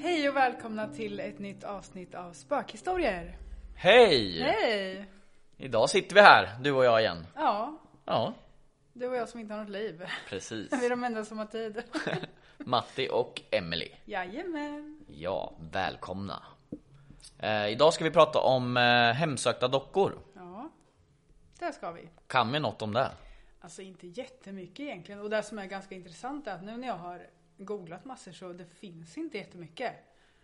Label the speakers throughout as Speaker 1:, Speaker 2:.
Speaker 1: Hej och välkomna till ett nytt avsnitt av Spökhistorier.
Speaker 2: Hej!
Speaker 1: Hej!
Speaker 2: Idag sitter vi här, du och jag igen.
Speaker 1: Ja,
Speaker 2: Ja,
Speaker 1: du och jag som inte har något liv.
Speaker 2: precis.
Speaker 1: Vi är de enda som har tid.
Speaker 2: Matti och Emily.
Speaker 1: Jajamän.
Speaker 2: Ja, välkomna. Eh, idag ska vi prata om eh, hemsökta dockor.
Speaker 1: Ja, där ska vi.
Speaker 2: Kan vi något om det?
Speaker 1: Alltså inte jättemycket egentligen. Och det som är ganska intressant är att nu när jag har googlat massor så det finns inte jättemycket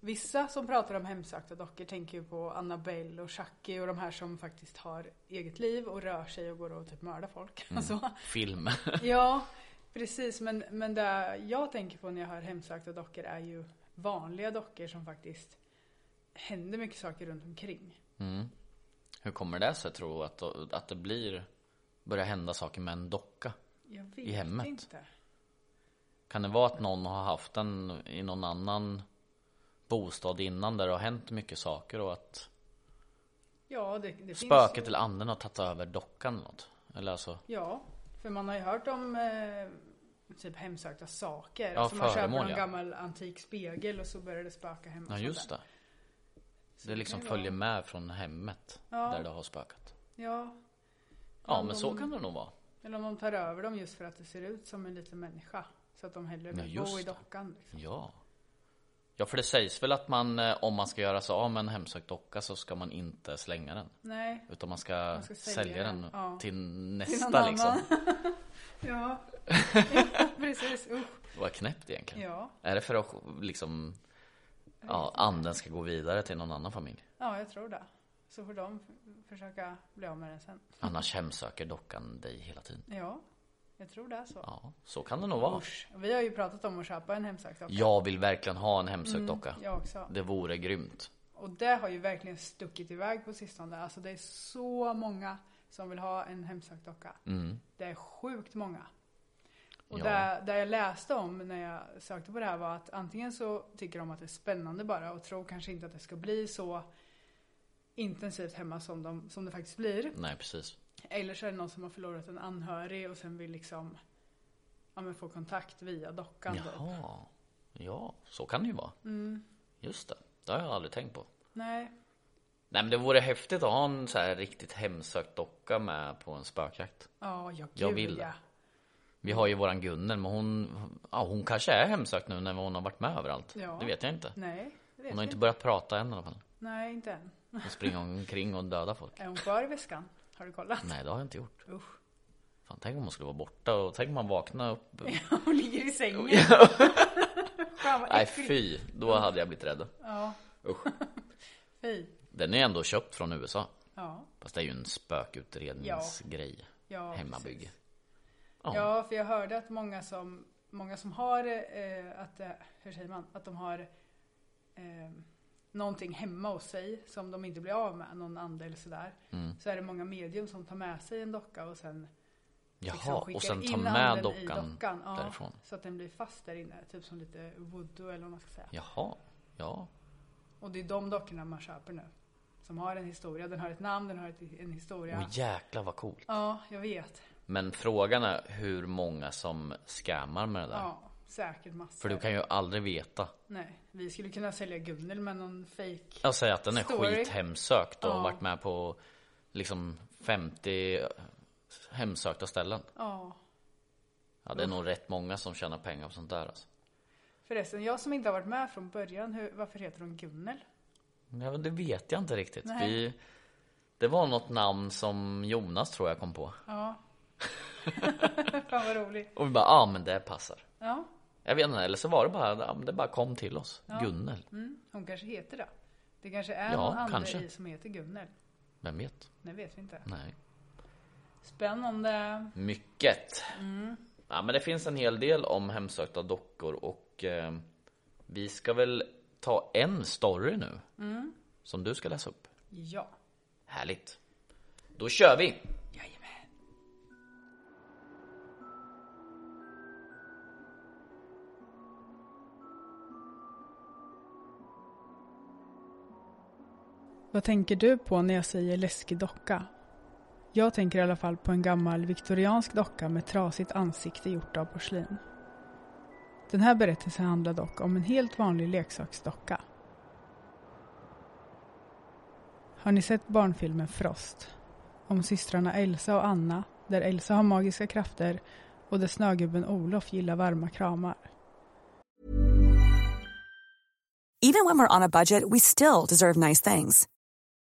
Speaker 1: Vissa som pratar om hemsökta dockor tänker ju på Annabelle och Chucky och de här som faktiskt har eget liv och rör sig och går och typ mördar folk.
Speaker 2: Mm.
Speaker 1: och Så.
Speaker 2: Film.
Speaker 1: Ja, precis. Men, men det jag tänker på när jag hör hemsökta dockor är ju vanliga dockor som faktiskt händer mycket saker runt omkring.
Speaker 2: Hur kommer det sig tror du att, att det blir, börjar hända saker med en docka?
Speaker 1: Jag vet
Speaker 2: I hemmet.
Speaker 1: inte.
Speaker 2: Kan det vara att någon har haft den i någon annan bostad innan där det har hänt mycket saker och att
Speaker 1: Ja, det, det finns
Speaker 2: Spöket eller anden har tagit över dockan eller något? Eller alltså,
Speaker 1: Ja, för man har ju hört om eh, typ hemsökta saker.
Speaker 2: Ja,
Speaker 1: så man köper
Speaker 2: föremål,
Speaker 1: någon
Speaker 2: ja.
Speaker 1: gammal antik spegel och så börjar det spöka hemma.
Speaker 2: ja
Speaker 1: och sånt
Speaker 2: just
Speaker 1: där.
Speaker 2: det. Det liksom följer med från hemmet där det har spökat.
Speaker 1: Ja,
Speaker 2: Ja men så kan det nog vara.
Speaker 1: eller om de tar över dem just för att det ser ut som en liten människa. Så att de hellre vill
Speaker 2: just
Speaker 1: bo i
Speaker 2: det.
Speaker 1: dockan. Liksom.
Speaker 2: Ja. Ja för det sägs väl att man eh, om man ska göra sig av med en hemsökt docka så ska man inte slänga den.
Speaker 1: Nej,
Speaker 2: Utan man ska,
Speaker 1: ska sälja
Speaker 2: sälja, den,
Speaker 1: den, ja.
Speaker 2: till
Speaker 1: till
Speaker 2: nästa
Speaker 1: någon
Speaker 2: liksom.
Speaker 1: annan. ja, precis. Usch.
Speaker 2: Vad knäppt egentligen.
Speaker 1: Ja.
Speaker 2: Är det för att liksom Ja, anden ska gå vidare till någon annan familj.
Speaker 1: Ja, jag tror det. Så får de f- försöka bli av med den sen.
Speaker 2: Annars hemsöker dockan dig hela tiden.
Speaker 1: Ja, jag tror det är så.
Speaker 2: Ja, så kan det nog vara.
Speaker 1: Usch. Vi har ju pratat om att köpa en hemsökt docka.
Speaker 2: Jag vill verkligen ha en
Speaker 1: Mm,
Speaker 2: hemsökt docka.
Speaker 1: Jag också.
Speaker 2: Det vore grymt.
Speaker 1: Och det har ju verkligen stuckit iväg på sistone. Alltså det är så många som vill ha en hemsökt docka. Det är sjukt många. Och
Speaker 2: Mm. Ja.
Speaker 1: det, det jag läste om när jag sökte på det här var att antingen så tycker de att det är spännande bara och tror kanske inte att det ska bli så intensivt hemma som, de, som det faktiskt blir.
Speaker 2: Nej, precis.
Speaker 1: Eller så är det någon som har förlorat en anhörig och sen vill liksom ja, men få kontakt via dockan. typ.
Speaker 2: Jaha. Ja, så kan det ju vara.
Speaker 1: Mm.
Speaker 2: Just det. Det har jag aldrig tänkt på.
Speaker 1: Nej,
Speaker 2: Nej, men det vore häftigt att ha en så här riktigt hemsökt docka med på en spökjakt.
Speaker 1: ja, jag,
Speaker 2: Jag
Speaker 1: gud,
Speaker 2: vill.
Speaker 1: ja.
Speaker 2: Vi har ju våran Gunnel, men hon, ja, hon kanske är hemsökt nu när hon har varit med överallt.
Speaker 1: Ja.
Speaker 2: Det vet jag inte.
Speaker 1: Nej, det vet
Speaker 2: Hon har
Speaker 1: jag
Speaker 2: inte
Speaker 1: inte.
Speaker 2: börjat prata än i alla fall.
Speaker 1: Nej, inte än.
Speaker 2: Hon springer omkring och dödar folk.
Speaker 1: Är hon kvar i väskan? Har du kollat?
Speaker 2: Nej, det har jag inte gjort.
Speaker 1: Usch.
Speaker 2: Fan, tänk om hon skulle vara borta och tänk om man vaknar upp.
Speaker 1: Hon ligger i sängen. Fan vad
Speaker 2: Nej,
Speaker 1: äckligt.
Speaker 2: fy. Då hade jag blivit rädd.
Speaker 1: Fy.
Speaker 2: Den är ju ändå köpt från USA.
Speaker 1: Ja.
Speaker 2: Fast det är ju en spökutredningsgrej.
Speaker 1: Ja,
Speaker 2: Hemmabygge.
Speaker 1: precis. ja, för jag hörde att många som, många som har, eh, att, eh, hur säger man, att de har eh, någonting hemma hos sig som de inte blir av med, någon ande eller sådär.
Speaker 2: Mm.
Speaker 1: Så är det många medium som tar med sig en docka och sen
Speaker 2: Jaha,
Speaker 1: liksom skickar
Speaker 2: och sen ta
Speaker 1: in
Speaker 2: med
Speaker 1: anden i
Speaker 2: dockan,
Speaker 1: dockan. Ja,
Speaker 2: därifrån.
Speaker 1: Så att den blir fast där inne, typ som lite voodoo eller vad man ska säga.
Speaker 2: Jaha, ja.
Speaker 1: Och det är de dockorna man köper nu. Som har en historia. Den har ett namn, den har ett, en historia.
Speaker 2: Åh jäklar vad coolt.
Speaker 1: Ja, jag vet.
Speaker 2: Men frågan är hur många som scammar med det där.
Speaker 1: Ja, säkert massor.
Speaker 2: För du kan ju aldrig veta.
Speaker 1: Nej, vi skulle kunna sälja Gunnel med någon fake.
Speaker 2: Jag säger att den är
Speaker 1: Story.
Speaker 2: skithemsökt och
Speaker 1: Ja.
Speaker 2: har varit med på liksom 50 hemsökta ställen.
Speaker 1: Ja.
Speaker 2: Ja, det är nog rätt många som tjänar pengar på sånt där alltså.
Speaker 1: Förresten, jag som inte har varit med från början, hur, varför heter hon Gunnel?
Speaker 2: Ja, men det vet jag inte riktigt.
Speaker 1: Nej.
Speaker 2: Vi, det var något namn som Jonas tror jag kom på.
Speaker 1: Ja. Fan vad roligt.
Speaker 2: Och vi bara, ja ah, men det passar.
Speaker 1: Ja,
Speaker 2: Jag vet inte, eller så var det bara, ja, men det bara kom till oss. Gunnel.
Speaker 1: mm, hon kanske heter det. Det kanske är
Speaker 2: Ja,
Speaker 1: någon ande
Speaker 2: kanske.
Speaker 1: i som heter Gunnel.
Speaker 2: Vem vet?
Speaker 1: Det vet vi inte.
Speaker 2: Nej.
Speaker 1: Spännande.
Speaker 2: Mycket.
Speaker 1: Mm.
Speaker 2: Ja, men det finns en hel del om hemsökta dockor och eh, vi ska väl ta en story nu.
Speaker 1: Mm.
Speaker 2: Som du ska läsa upp.
Speaker 1: Ja.
Speaker 2: Härligt. Då kör vi!
Speaker 1: Jajamän. Vad tänker du på när jag säger läskig docka? Jag tänker i alla fall på en gammal viktoriansk docka med trasigt ansikte gjort av porslin. Den här berättelsen handlar dock om en helt vanlig leksaksdocka. Har ni sett barnfilmen Frost? om systrarna Elsa och Anna där Elsa har magiska krafter och där snögubben Olof gillar varma kramar.
Speaker 3: Even when we're on a budget, we still deserve nice things.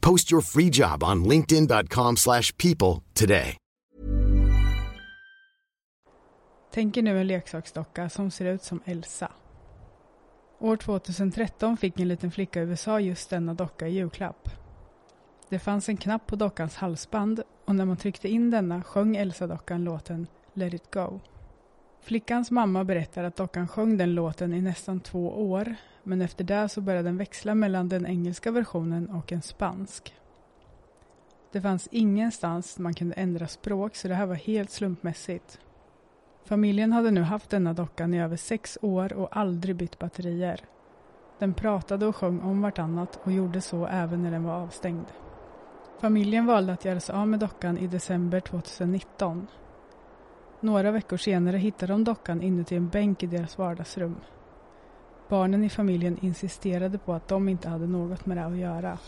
Speaker 4: Post your free job on linkedin.com/people slash people today.
Speaker 1: Tänk er nu en leksaksdocka som ser ut som Elsa. År 2013 fick en liten flicka i USA just denna docka i julklapp. Det fanns en knapp på dockans halsband och när man tryckte in denna sjöng Elsa-dockan låten Let it go. Flickans mamma berättar att dockan sjöng den låten i nästan två år men efter det så började den växla mellan den engelska versionen och en spansk. Det fanns ingenstans man kunde ändra språk så det här var helt slumpmässigt. Familjen hade nu haft denna dockan i över sex år och aldrig bytt batterier. Den pratade och sjöng om vartannat och gjorde så även när den var avstängd. Familjen valde att göra sig av med dockan i december 2019. Några veckor senare hittade de dockan inuti en bänk i deras vardagsrum. Barnen i familjen insisterade på att de inte hade något med det att göra.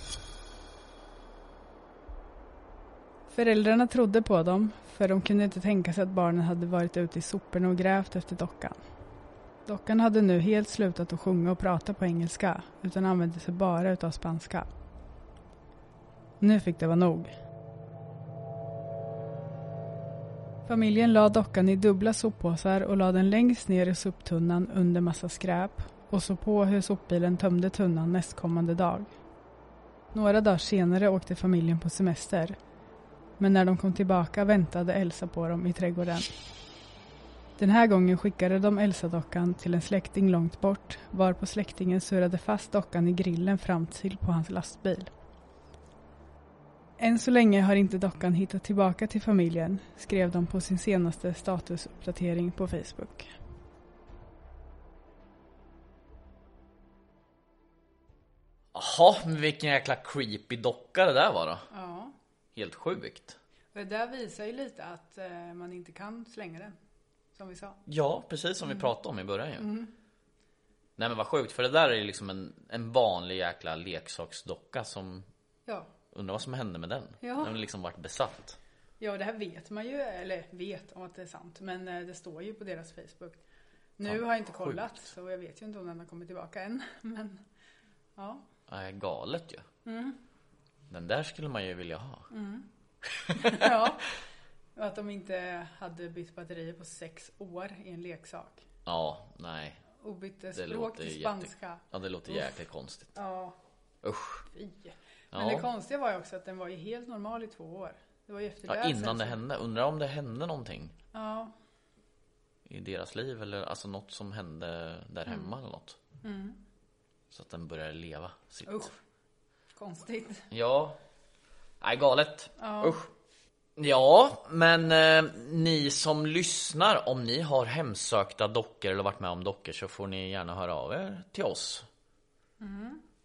Speaker 1: Föräldrarna trodde på dem, för de kunde inte tänka sig att barnen hade varit ute i soporna och grävt efter dockan. Dockan hade nu helt slutat att sjunga och prata på engelska, utan använde sig bara utav spanska. Nu fick det vara nog. Familjen la dockan i dubbla soppåsar och la den längst ner i soptunnan under massa skräp och såg på hur sopbilen tömde tunnan nästkommande dag. Några dagar senare åkte familjen på semester men när de kom tillbaka väntade Elsa på dem i trädgården. Den här gången skickade de Elsa-dockan till en släkting långt bort varpå släktingen surrade fast dockan i grillen fram till på hans lastbil. Än så länge har inte dockan hittat tillbaka till familjen, skrev de på sin senaste statusuppdatering på Facebook.
Speaker 2: Jaha, men vilken jäkla creepy docka det där var då.
Speaker 1: Ja,
Speaker 2: Helt sjukt.
Speaker 1: det där visar ju lite att eh, man inte kan slänga den, som vi sa.
Speaker 2: Ja, precis
Speaker 1: Mm.
Speaker 2: som vi pratade om i början ju. Nej men vad sjukt, för det där är ju liksom en, en vanlig jäkla leksaksdocka som
Speaker 1: Ja,
Speaker 2: Undrar vad som hände med den?
Speaker 1: Ja.
Speaker 2: Den har liksom varit besatt.
Speaker 1: Ja, det här vet man ju, eller vet om att det är sant, men eh, det står ju på deras Facebook. Nu
Speaker 2: Fan,
Speaker 1: har jag inte
Speaker 2: sjukt.
Speaker 1: kollat, så jag vet ju inte om den har kommit tillbaka än. Men ja, Mm.
Speaker 2: Äh, galet ju. Den där skulle man ju vilja ha.
Speaker 1: Ja. Och att de inte hade bytt batterier på sex år i en leksak.
Speaker 2: Ja, nej.
Speaker 1: Och bytte
Speaker 2: Det
Speaker 1: språk
Speaker 2: låter
Speaker 1: till
Speaker 2: jätte-
Speaker 1: spanska.
Speaker 2: Ja, det låter jäkligt konstigt.
Speaker 1: Ja,
Speaker 2: Usch.
Speaker 1: fy. Men
Speaker 2: Ja.
Speaker 1: det konstiga var ju också att den var ju helt normal i två år. Det var ju efter
Speaker 2: Ja,
Speaker 1: sen
Speaker 2: innan det
Speaker 1: så-
Speaker 2: hände. Undrar om det hände någonting
Speaker 1: Ja,
Speaker 2: i deras liv eller alltså något som hände där
Speaker 1: Mm.
Speaker 2: hemma eller något. Så att den började leva sitt.
Speaker 1: usch. Konstigt.
Speaker 2: Ja. Nej, galet. Usch. Ja, men eh, ni som lyssnar, om ni har hemsökta dockor eller varit med om dockor så får ni gärna höra av er till oss.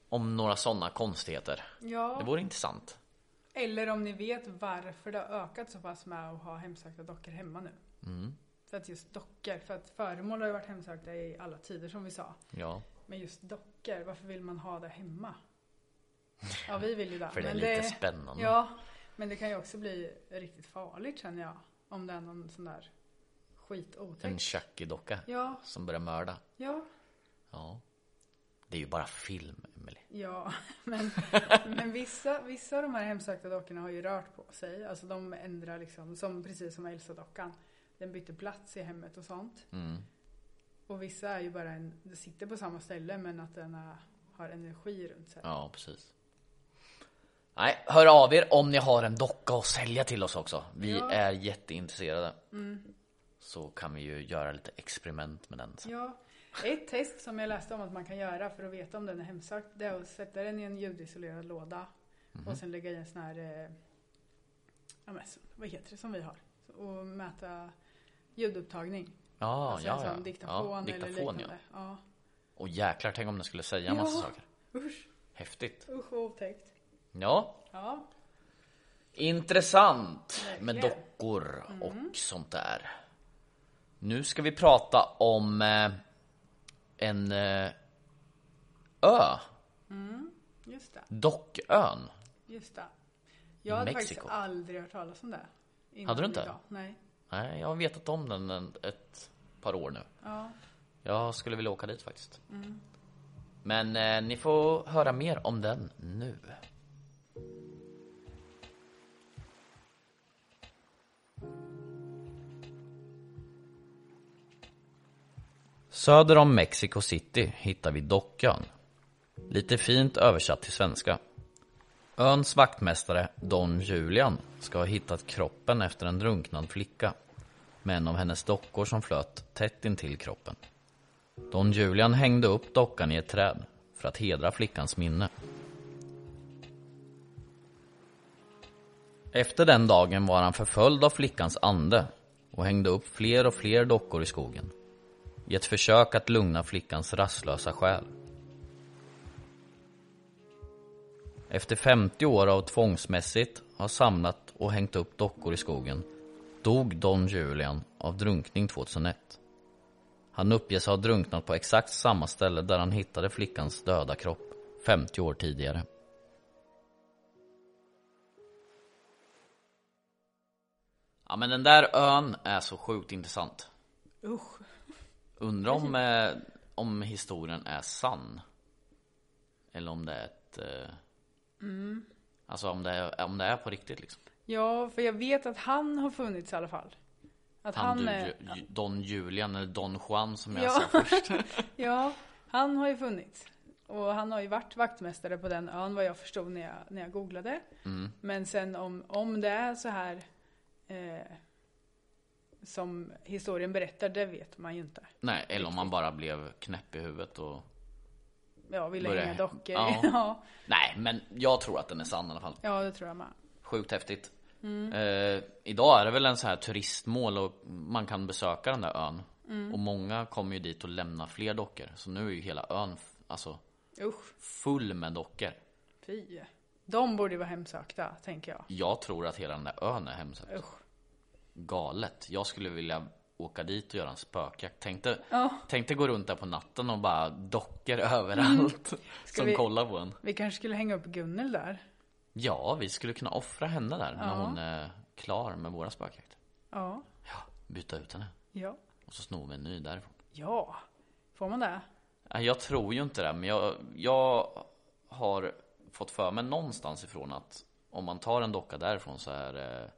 Speaker 2: Om några sådana konstigheter. Det
Speaker 1: Mm. Ja,
Speaker 2: vore intressant.
Speaker 1: eller om ni vet varför det har ökat så pass med att ha hemsökta dockor hemma nu.
Speaker 2: Mm.
Speaker 1: För att just dockor, för att föremål har ju varit hemsökta i alla tider som vi sa.
Speaker 2: Ja.
Speaker 1: Men just dockor, varför vill man ha det hemma? Ja, vi vill ju det.
Speaker 2: För det är
Speaker 1: men
Speaker 2: lite spännande.
Speaker 1: Ja, men det kan ju också bli riktigt farligt känner jag. Om det är någon sån där
Speaker 2: En
Speaker 1: skitotäck.
Speaker 2: Chucky-docka
Speaker 1: Ja,
Speaker 2: som börjar mörda.
Speaker 1: ja,
Speaker 2: Ja. Det är ju bara film, Emily.
Speaker 1: ja. Men, men vissa, vissa av de här hemsökta dockorna har ju rört på sig. Alltså de ändrar liksom, som, precis som Elsa-dockan. Den byter plats i hemmet och sånt. Och vissa är ju bara en, det sitter på samma ställe men att den har, har energi runt sig.
Speaker 2: Ja, precis. Nej, hör av er om ni har en docka att sälja till oss också. Vi är jätteintresserade. Så kan vi ju göra lite experiment med den sen.
Speaker 1: Mm. Ja, ett test som jag läste om att man kan göra för att veta om den är hemsökt det är att sätta den i en ljudisolerad låda och sen lägga i en sån här, eh, ja, men, så- vad heter det som vi har? Och mäta ljudupptagning.
Speaker 2: Ja,
Speaker 1: alltså en
Speaker 2: ja,
Speaker 1: sån
Speaker 2: ja.
Speaker 1: diktafon,
Speaker 2: ja,
Speaker 1: eller
Speaker 2: diktafon ja.
Speaker 1: liknande. Ja.
Speaker 2: Och jäklar, tänk om den skulle säga en massa
Speaker 1: Ja.
Speaker 2: saker.
Speaker 1: Usch,
Speaker 2: Häftigt.
Speaker 1: usch vad otäckt.
Speaker 2: Ja,
Speaker 1: Ja,
Speaker 2: intressant med
Speaker 1: Verkligen. Mm.
Speaker 2: dockor och sånt där. Nu ska vi prata om eh, en eh, ö,
Speaker 1: just det.
Speaker 2: Dockön.
Speaker 1: Just det. Jag hade
Speaker 2: Mexiko.
Speaker 1: faktiskt aldrig hört talas om det. innan
Speaker 2: Hade du inte?
Speaker 1: idag. Nej.
Speaker 2: Nej, jag har vetat om den en- ett par år nu. Jag skulle vilja åka dit faktiskt. Men eh, ni får höra mer om den nu. Söder om Mexico City hittar vi Dockön. Lite fint översatt till svenska. Öns vaktmästare Don Julian ska ha hittat kroppen efter en drunknad flicka med en av hennes dockor som flöt tätt intill kroppen. Don Julian hängde upp dockan i ett träd för att hedra flickans minne. Efter den dagen var han förföljd av flickans ande och hängde upp fler och fler dockor i skogen i ett försök att lugna flickans rastlösa själ. Efter 50 år av tvångsmässigt har samlat och hängt upp dockor i skogen dog Don Julian av drunkning 2001. Han uppges ha drunknat på exakt samma ställe där han hittade flickans döda kropp 50 år tidigare. Ja men den där ön är så sjukt intressant.
Speaker 1: Usch.
Speaker 2: Undrar om, eh, om historien är sann. Eller om det är ett... Eh, Alltså om det, är, om det är på riktigt liksom.
Speaker 1: Ja, för jag vet att han har funnits i alla fall. Att
Speaker 2: Han, du,
Speaker 1: är-
Speaker 2: Ju- Ju- Don Julian eller Don Juan som jag
Speaker 1: eh, Ja.
Speaker 2: sa först.
Speaker 1: Ja, han har ju funnits. Och han har ju varit vaktmästare på den ön vad jag förstod när jag, när jag googlade.
Speaker 2: Mm.
Speaker 1: Men sen om, om det är så här eh, som historien berättar, det vet man ju inte.
Speaker 2: Nej, eller om man bara blev knäpp i huvudet och...
Speaker 1: Ja, vi
Speaker 2: Börjar-
Speaker 1: lägger inga dockor.
Speaker 2: ja.
Speaker 1: Ja.
Speaker 2: Nej, men jag tror att den är sann i alla fall.
Speaker 1: ja, Mm. det tror jag med.
Speaker 2: Sjukt häftigt. Eh, idag är det väl en så här turistmål och man kan besöka den där ön.
Speaker 1: Mm.
Speaker 2: Och många kommer ju dit och lämnar fler dockor. Så nu är ju hela ön f- alltså,
Speaker 1: Usch,
Speaker 2: full med dockor.
Speaker 1: fy. De borde ju vara hemsökta, tänker jag.
Speaker 2: Jag tror att hela den där ön är hemsökt.
Speaker 1: Usch.
Speaker 2: Galet. Jag skulle vilja åka dit och göra en spökjakt. Tänkte, tänkte gå runt där på natten och bara dockor överallt. Som
Speaker 1: Mm. vi-
Speaker 2: kollar på en.
Speaker 1: Vi kanske skulle hänga upp Gunnel där.
Speaker 2: Ja, vi skulle kunna offra henne där när hon är klar med våra spökjakt.
Speaker 1: Ja,
Speaker 2: Ja, byta ut henne.
Speaker 1: ja,
Speaker 2: Och så snor vi en ny därifrån.
Speaker 1: ja. Får man det?
Speaker 2: Nej, Jag tror ju inte det, men jag, jag har fått för mig någonstans ifrån att om man tar en docka därifrån så är det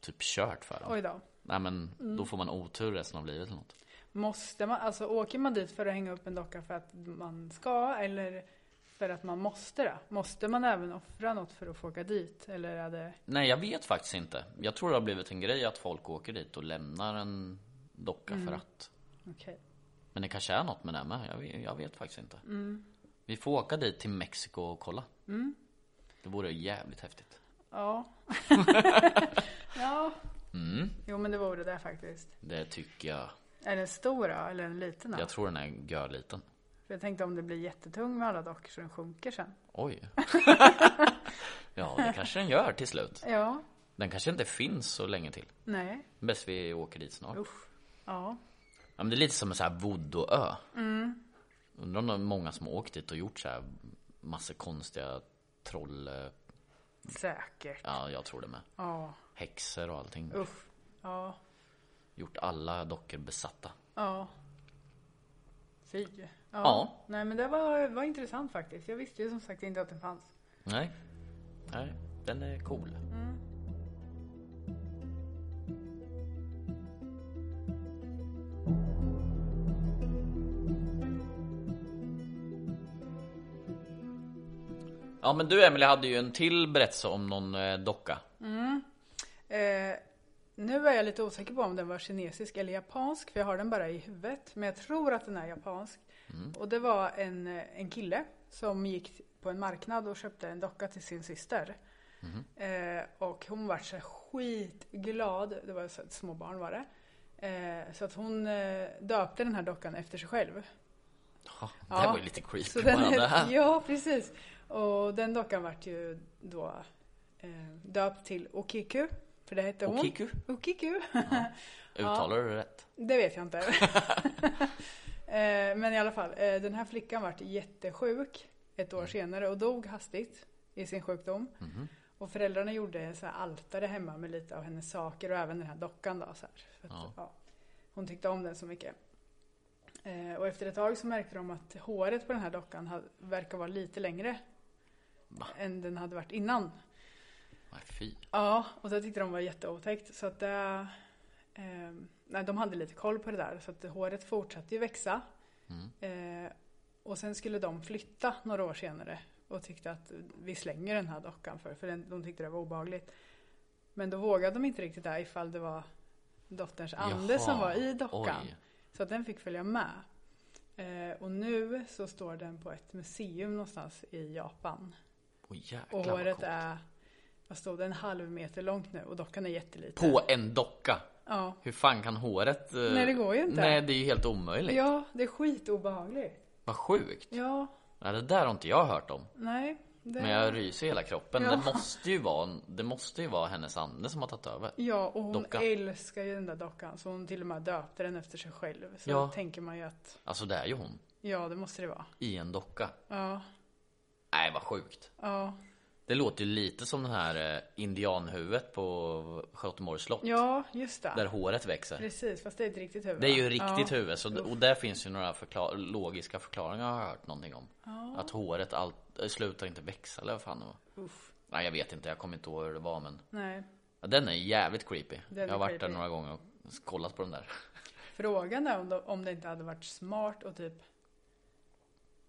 Speaker 2: typ kört för den.
Speaker 1: Oj då.
Speaker 2: Nej men då får man otur resten av livet eller något.
Speaker 1: Måste man, alltså åker man dit för att hänga upp en docka för att man ska eller för att man måste det? Måste man även offra något för att få åka dit? Eller är det...
Speaker 2: Nej jag vet faktiskt inte. Jag tror det har blivit en grej att folk åker dit och lämnar en docka för att.
Speaker 1: Okej.
Speaker 2: Men det kanske är något med det med. Jag vet, jag vet faktiskt inte. Vi får åka dit till Mexiko och kolla. Det vore jävligt häftigt.
Speaker 1: Ja. ja. Jo men det vore det faktiskt.
Speaker 2: Det tycker jag.
Speaker 1: Är det en stor ö eller en liten ö?
Speaker 2: Jag tror den är görliten.
Speaker 1: För jag tänkte om det blir jättetung med alla dockor så den sjunker sen.
Speaker 2: Oj. ja det kanske den gör till slut.
Speaker 1: Ja.
Speaker 2: Den kanske inte finns så länge till.
Speaker 1: Nej.
Speaker 2: Bäst vi åker dit snart.
Speaker 1: Usch. Ja.
Speaker 2: Ja, men det är lite som en sån här voodooö.
Speaker 1: Mm.
Speaker 2: Undrar om det är många som har åkt dit och gjort så här massa konstiga troll... eh,
Speaker 1: Säkert.
Speaker 2: Ja, jag tror det med.
Speaker 1: Ja.
Speaker 2: Häxor och allting.
Speaker 1: Usch. Ja.
Speaker 2: Gjort alla dockor besatta.
Speaker 1: Ja. Fy. Ja.
Speaker 2: Ja.
Speaker 1: Nej men det var, var intressant faktiskt. Jag visste ju som sagt inte att den fanns.
Speaker 2: Nej. Nej, den är cool. Ja men du Emelie hade ju en till berättelse om någon eh, docka.
Speaker 1: Eh, nu är jag lite osäker på om den var kinesisk eller japansk för jag har den bara i huvudet. Men jag tror att den är japansk. Och det var en, eh, en kille som gick på en marknad och köpte en docka till sin syster. Eh, och hon var så skitglad. Det var så ett småbarn var det. Eh, så att hon eh, döpte den här dockan efter sig själv.
Speaker 2: Ja, det här
Speaker 1: Ja,
Speaker 2: var ju lite creepy
Speaker 1: Så den,
Speaker 2: bara det här.
Speaker 1: ja, precis. Och den dockan vart ju då eh, döpt till Okiku. För det hette hon.
Speaker 2: Okiku?
Speaker 1: Okiku.
Speaker 2: Uttalar du det rätt?
Speaker 1: det vet jag inte. eh, men i alla fall, eh, den här flickan vart jättesjuk ett år senare och dog hastigt i sin sjukdom. Och föräldrarna gjorde så här altare hemma med lite av hennes saker och även den här dockan då. Så här. För att, ja. Hon tyckte om den så mycket. Eh, och efter ett tag så märkte de att håret på den här dockan hade, verkar vara lite längre än den hade varit innan.
Speaker 2: Nej fy.
Speaker 1: Ja, och det tyckte de var jätteotäckt. Så att det, ehm, nej, de hade lite koll på det där. Så att håret fortsatte ju växa.
Speaker 2: Mm.
Speaker 1: Eh, och sen skulle de flytta några år senare. Och tyckte att vi slänger den här dockan för. För den, de tyckte det var obehagligt. Men då vågade de inte riktigt det ifall det var dotterns ande
Speaker 2: Jaha,
Speaker 1: som var i dockan.
Speaker 2: oj.
Speaker 1: Så att den fick följa med. Eh, och nu så står den på ett museum någonstans i Japan.
Speaker 2: Åh jäklar
Speaker 1: Och
Speaker 2: vad
Speaker 1: håret
Speaker 2: coolt.
Speaker 1: är, vad stod det, en halv meter långt nu och dockan är jätteliten.
Speaker 2: På en docka?
Speaker 1: Ja.
Speaker 2: Hur fan kan håret... eh,
Speaker 1: Nej, det går ju inte.
Speaker 2: Nej det är ju helt omöjligt.
Speaker 1: Ja, det är skitobehagligt.
Speaker 2: Vad sjukt.
Speaker 1: Ja,
Speaker 2: Nej, det där har inte jag hört om.
Speaker 1: nej. Det...
Speaker 2: Men jag ryser i hela kroppen.
Speaker 1: Ja.
Speaker 2: Det, måste ju vara, det måste ju vara hennes ande som har tagit över.
Speaker 1: Ja, och hon
Speaker 2: Docka.
Speaker 1: älskar ju den där dockan så hon till och med döpte den efter sig själv. Så
Speaker 2: Ja.
Speaker 1: då tänker man ju att,
Speaker 2: Alltså det är ju hon.
Speaker 1: ja det måste det vara.
Speaker 2: I en docka.
Speaker 1: Ja,
Speaker 2: Nej vad sjukt.
Speaker 1: ja,
Speaker 2: Det låter ju lite som den här eh, indianhuvudet på Sköteborgs slott.
Speaker 1: ja just det.
Speaker 2: Där håret växer.
Speaker 1: Precis, fast det är ett riktigt huvud.
Speaker 2: Det är
Speaker 1: va?
Speaker 2: ju riktigt
Speaker 1: ja.
Speaker 2: huvud. Så, och där finns ju några förklar- logiska förklaringar har jag hört någonting om. Att håret allt, eh, slutar inte växa eller vad fan det var.
Speaker 1: Uff,
Speaker 2: Nej jag vet inte, jag kommer inte ihåg hur det var men.
Speaker 1: nej.
Speaker 2: Ja, den är jävligt creepy.
Speaker 1: Den
Speaker 2: jag
Speaker 1: är
Speaker 2: har varit
Speaker 1: creepy.
Speaker 2: där några gånger och kollat på den där.
Speaker 1: Frågan är om, de, om det inte hade varit smart och typ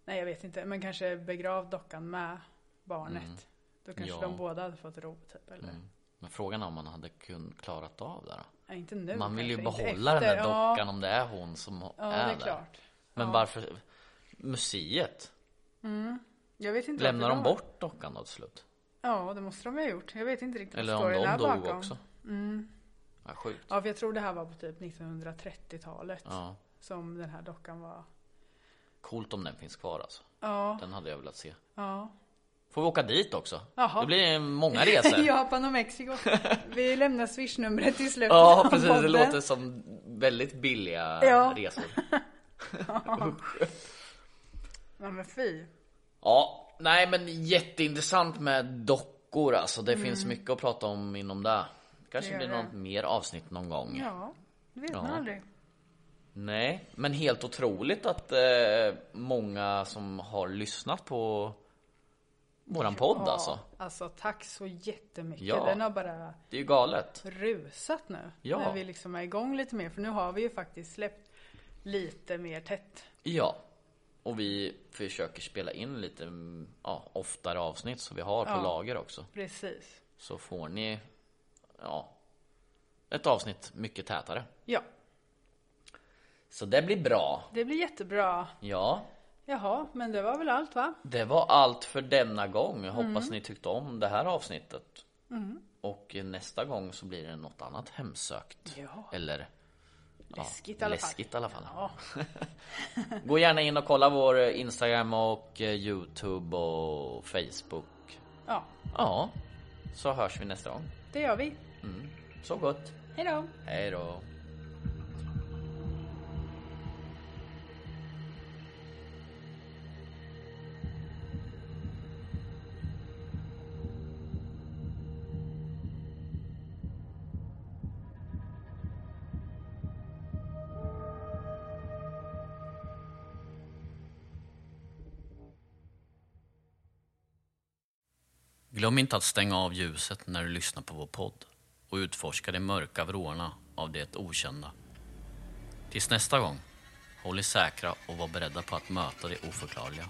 Speaker 1: Nej jag vet inte, men kanske begrav dockan med barnet. Då kanske
Speaker 2: Mm. Ja. Mm.
Speaker 1: de båda hade fått ro typ eller?
Speaker 2: Men frågan är om man hade kunnat klarat av det då?
Speaker 1: Nej, inte nu
Speaker 2: Man vill ju
Speaker 1: kanske, inte
Speaker 2: behålla den där
Speaker 1: efter. Ja,
Speaker 2: dockan om det är hon som
Speaker 1: ja
Speaker 2: är,
Speaker 1: det är
Speaker 2: där.
Speaker 1: klart.
Speaker 2: Men varför? Museet?
Speaker 1: Jag vet inte
Speaker 2: Lämnar
Speaker 1: varför
Speaker 2: de bort dockan då till slut?
Speaker 1: Ja det måste de ju ha gjort. Jag vet inte riktigt
Speaker 2: Eller om
Speaker 1: storyn
Speaker 2: de
Speaker 1: är
Speaker 2: dog
Speaker 1: bakom. Mm.
Speaker 2: också? Ja, sjukt.
Speaker 1: Ja för jag tror det här var på typ 1930-talet.
Speaker 2: Ja.
Speaker 1: Som den här dockan var.
Speaker 2: Coolt om den finns kvar alltså.
Speaker 1: Ja,
Speaker 2: Den hade jag velat se.
Speaker 1: ja.
Speaker 2: Får vi åka dit också?
Speaker 1: Jaha.
Speaker 2: Det blir många resor.
Speaker 1: Japan och Mexiko. Vi lämnar swishnumret till slutet
Speaker 2: Ja
Speaker 1: av
Speaker 2: precis, det
Speaker 1: podden.
Speaker 2: låter som väldigt billiga
Speaker 1: Ja.
Speaker 2: resor.
Speaker 1: Ja men fy.
Speaker 2: Ja, nej men jätteintressant med dockor alltså. Det finns mycket att prata om inom det. Kanske
Speaker 1: Mm. Det gör
Speaker 2: blir något mer avsnitt någon gång.
Speaker 1: Ja, det vet man
Speaker 2: Ja.
Speaker 1: aldrig.
Speaker 2: Nej, men helt otroligt att eh, många som har lyssnat på Våran podd
Speaker 1: Ja,
Speaker 2: alltså.
Speaker 1: Alltså tack så jättemycket.
Speaker 2: Ja.
Speaker 1: Den har bara
Speaker 2: Det är ju galet.
Speaker 1: rusat nu.
Speaker 2: Ja.
Speaker 1: När vi liksom är igång lite mer. För nu har vi ju faktiskt släppt lite mer tätt.
Speaker 2: Ja. Och vi försöker spela in lite mm, ja, oftare avsnitt så vi har på lager också.
Speaker 1: Precis.
Speaker 2: Så får ni ja, ett avsnitt mycket tätare.
Speaker 1: Ja,
Speaker 2: Så det blir bra.
Speaker 1: det blir jättebra.
Speaker 2: Ja,
Speaker 1: Jaha, men det var väl allt va?
Speaker 2: det var allt för denna gång. Jag
Speaker 1: Mm.
Speaker 2: hoppas ni tyckte om det här avsnittet. Och nästa gång så blir det något annat hemsökt.
Speaker 1: Ja.
Speaker 2: Eller
Speaker 1: Läskigt i alla fall.
Speaker 2: läskigt i alla fall. Gå gärna in och kolla vår Instagram och eh, Youtube och Facebook.
Speaker 1: Ja,
Speaker 2: Ja, så hörs vi nästa gång.
Speaker 1: det gör vi.
Speaker 2: Så gott.
Speaker 1: Hej då!
Speaker 2: Hej då. Glöm inte att stänga av ljuset när du lyssnar på vår podd och utforska de mörka vrårna av det okända. Tills nästa gång, håll er säkra och var beredda på att möta det oförklarliga.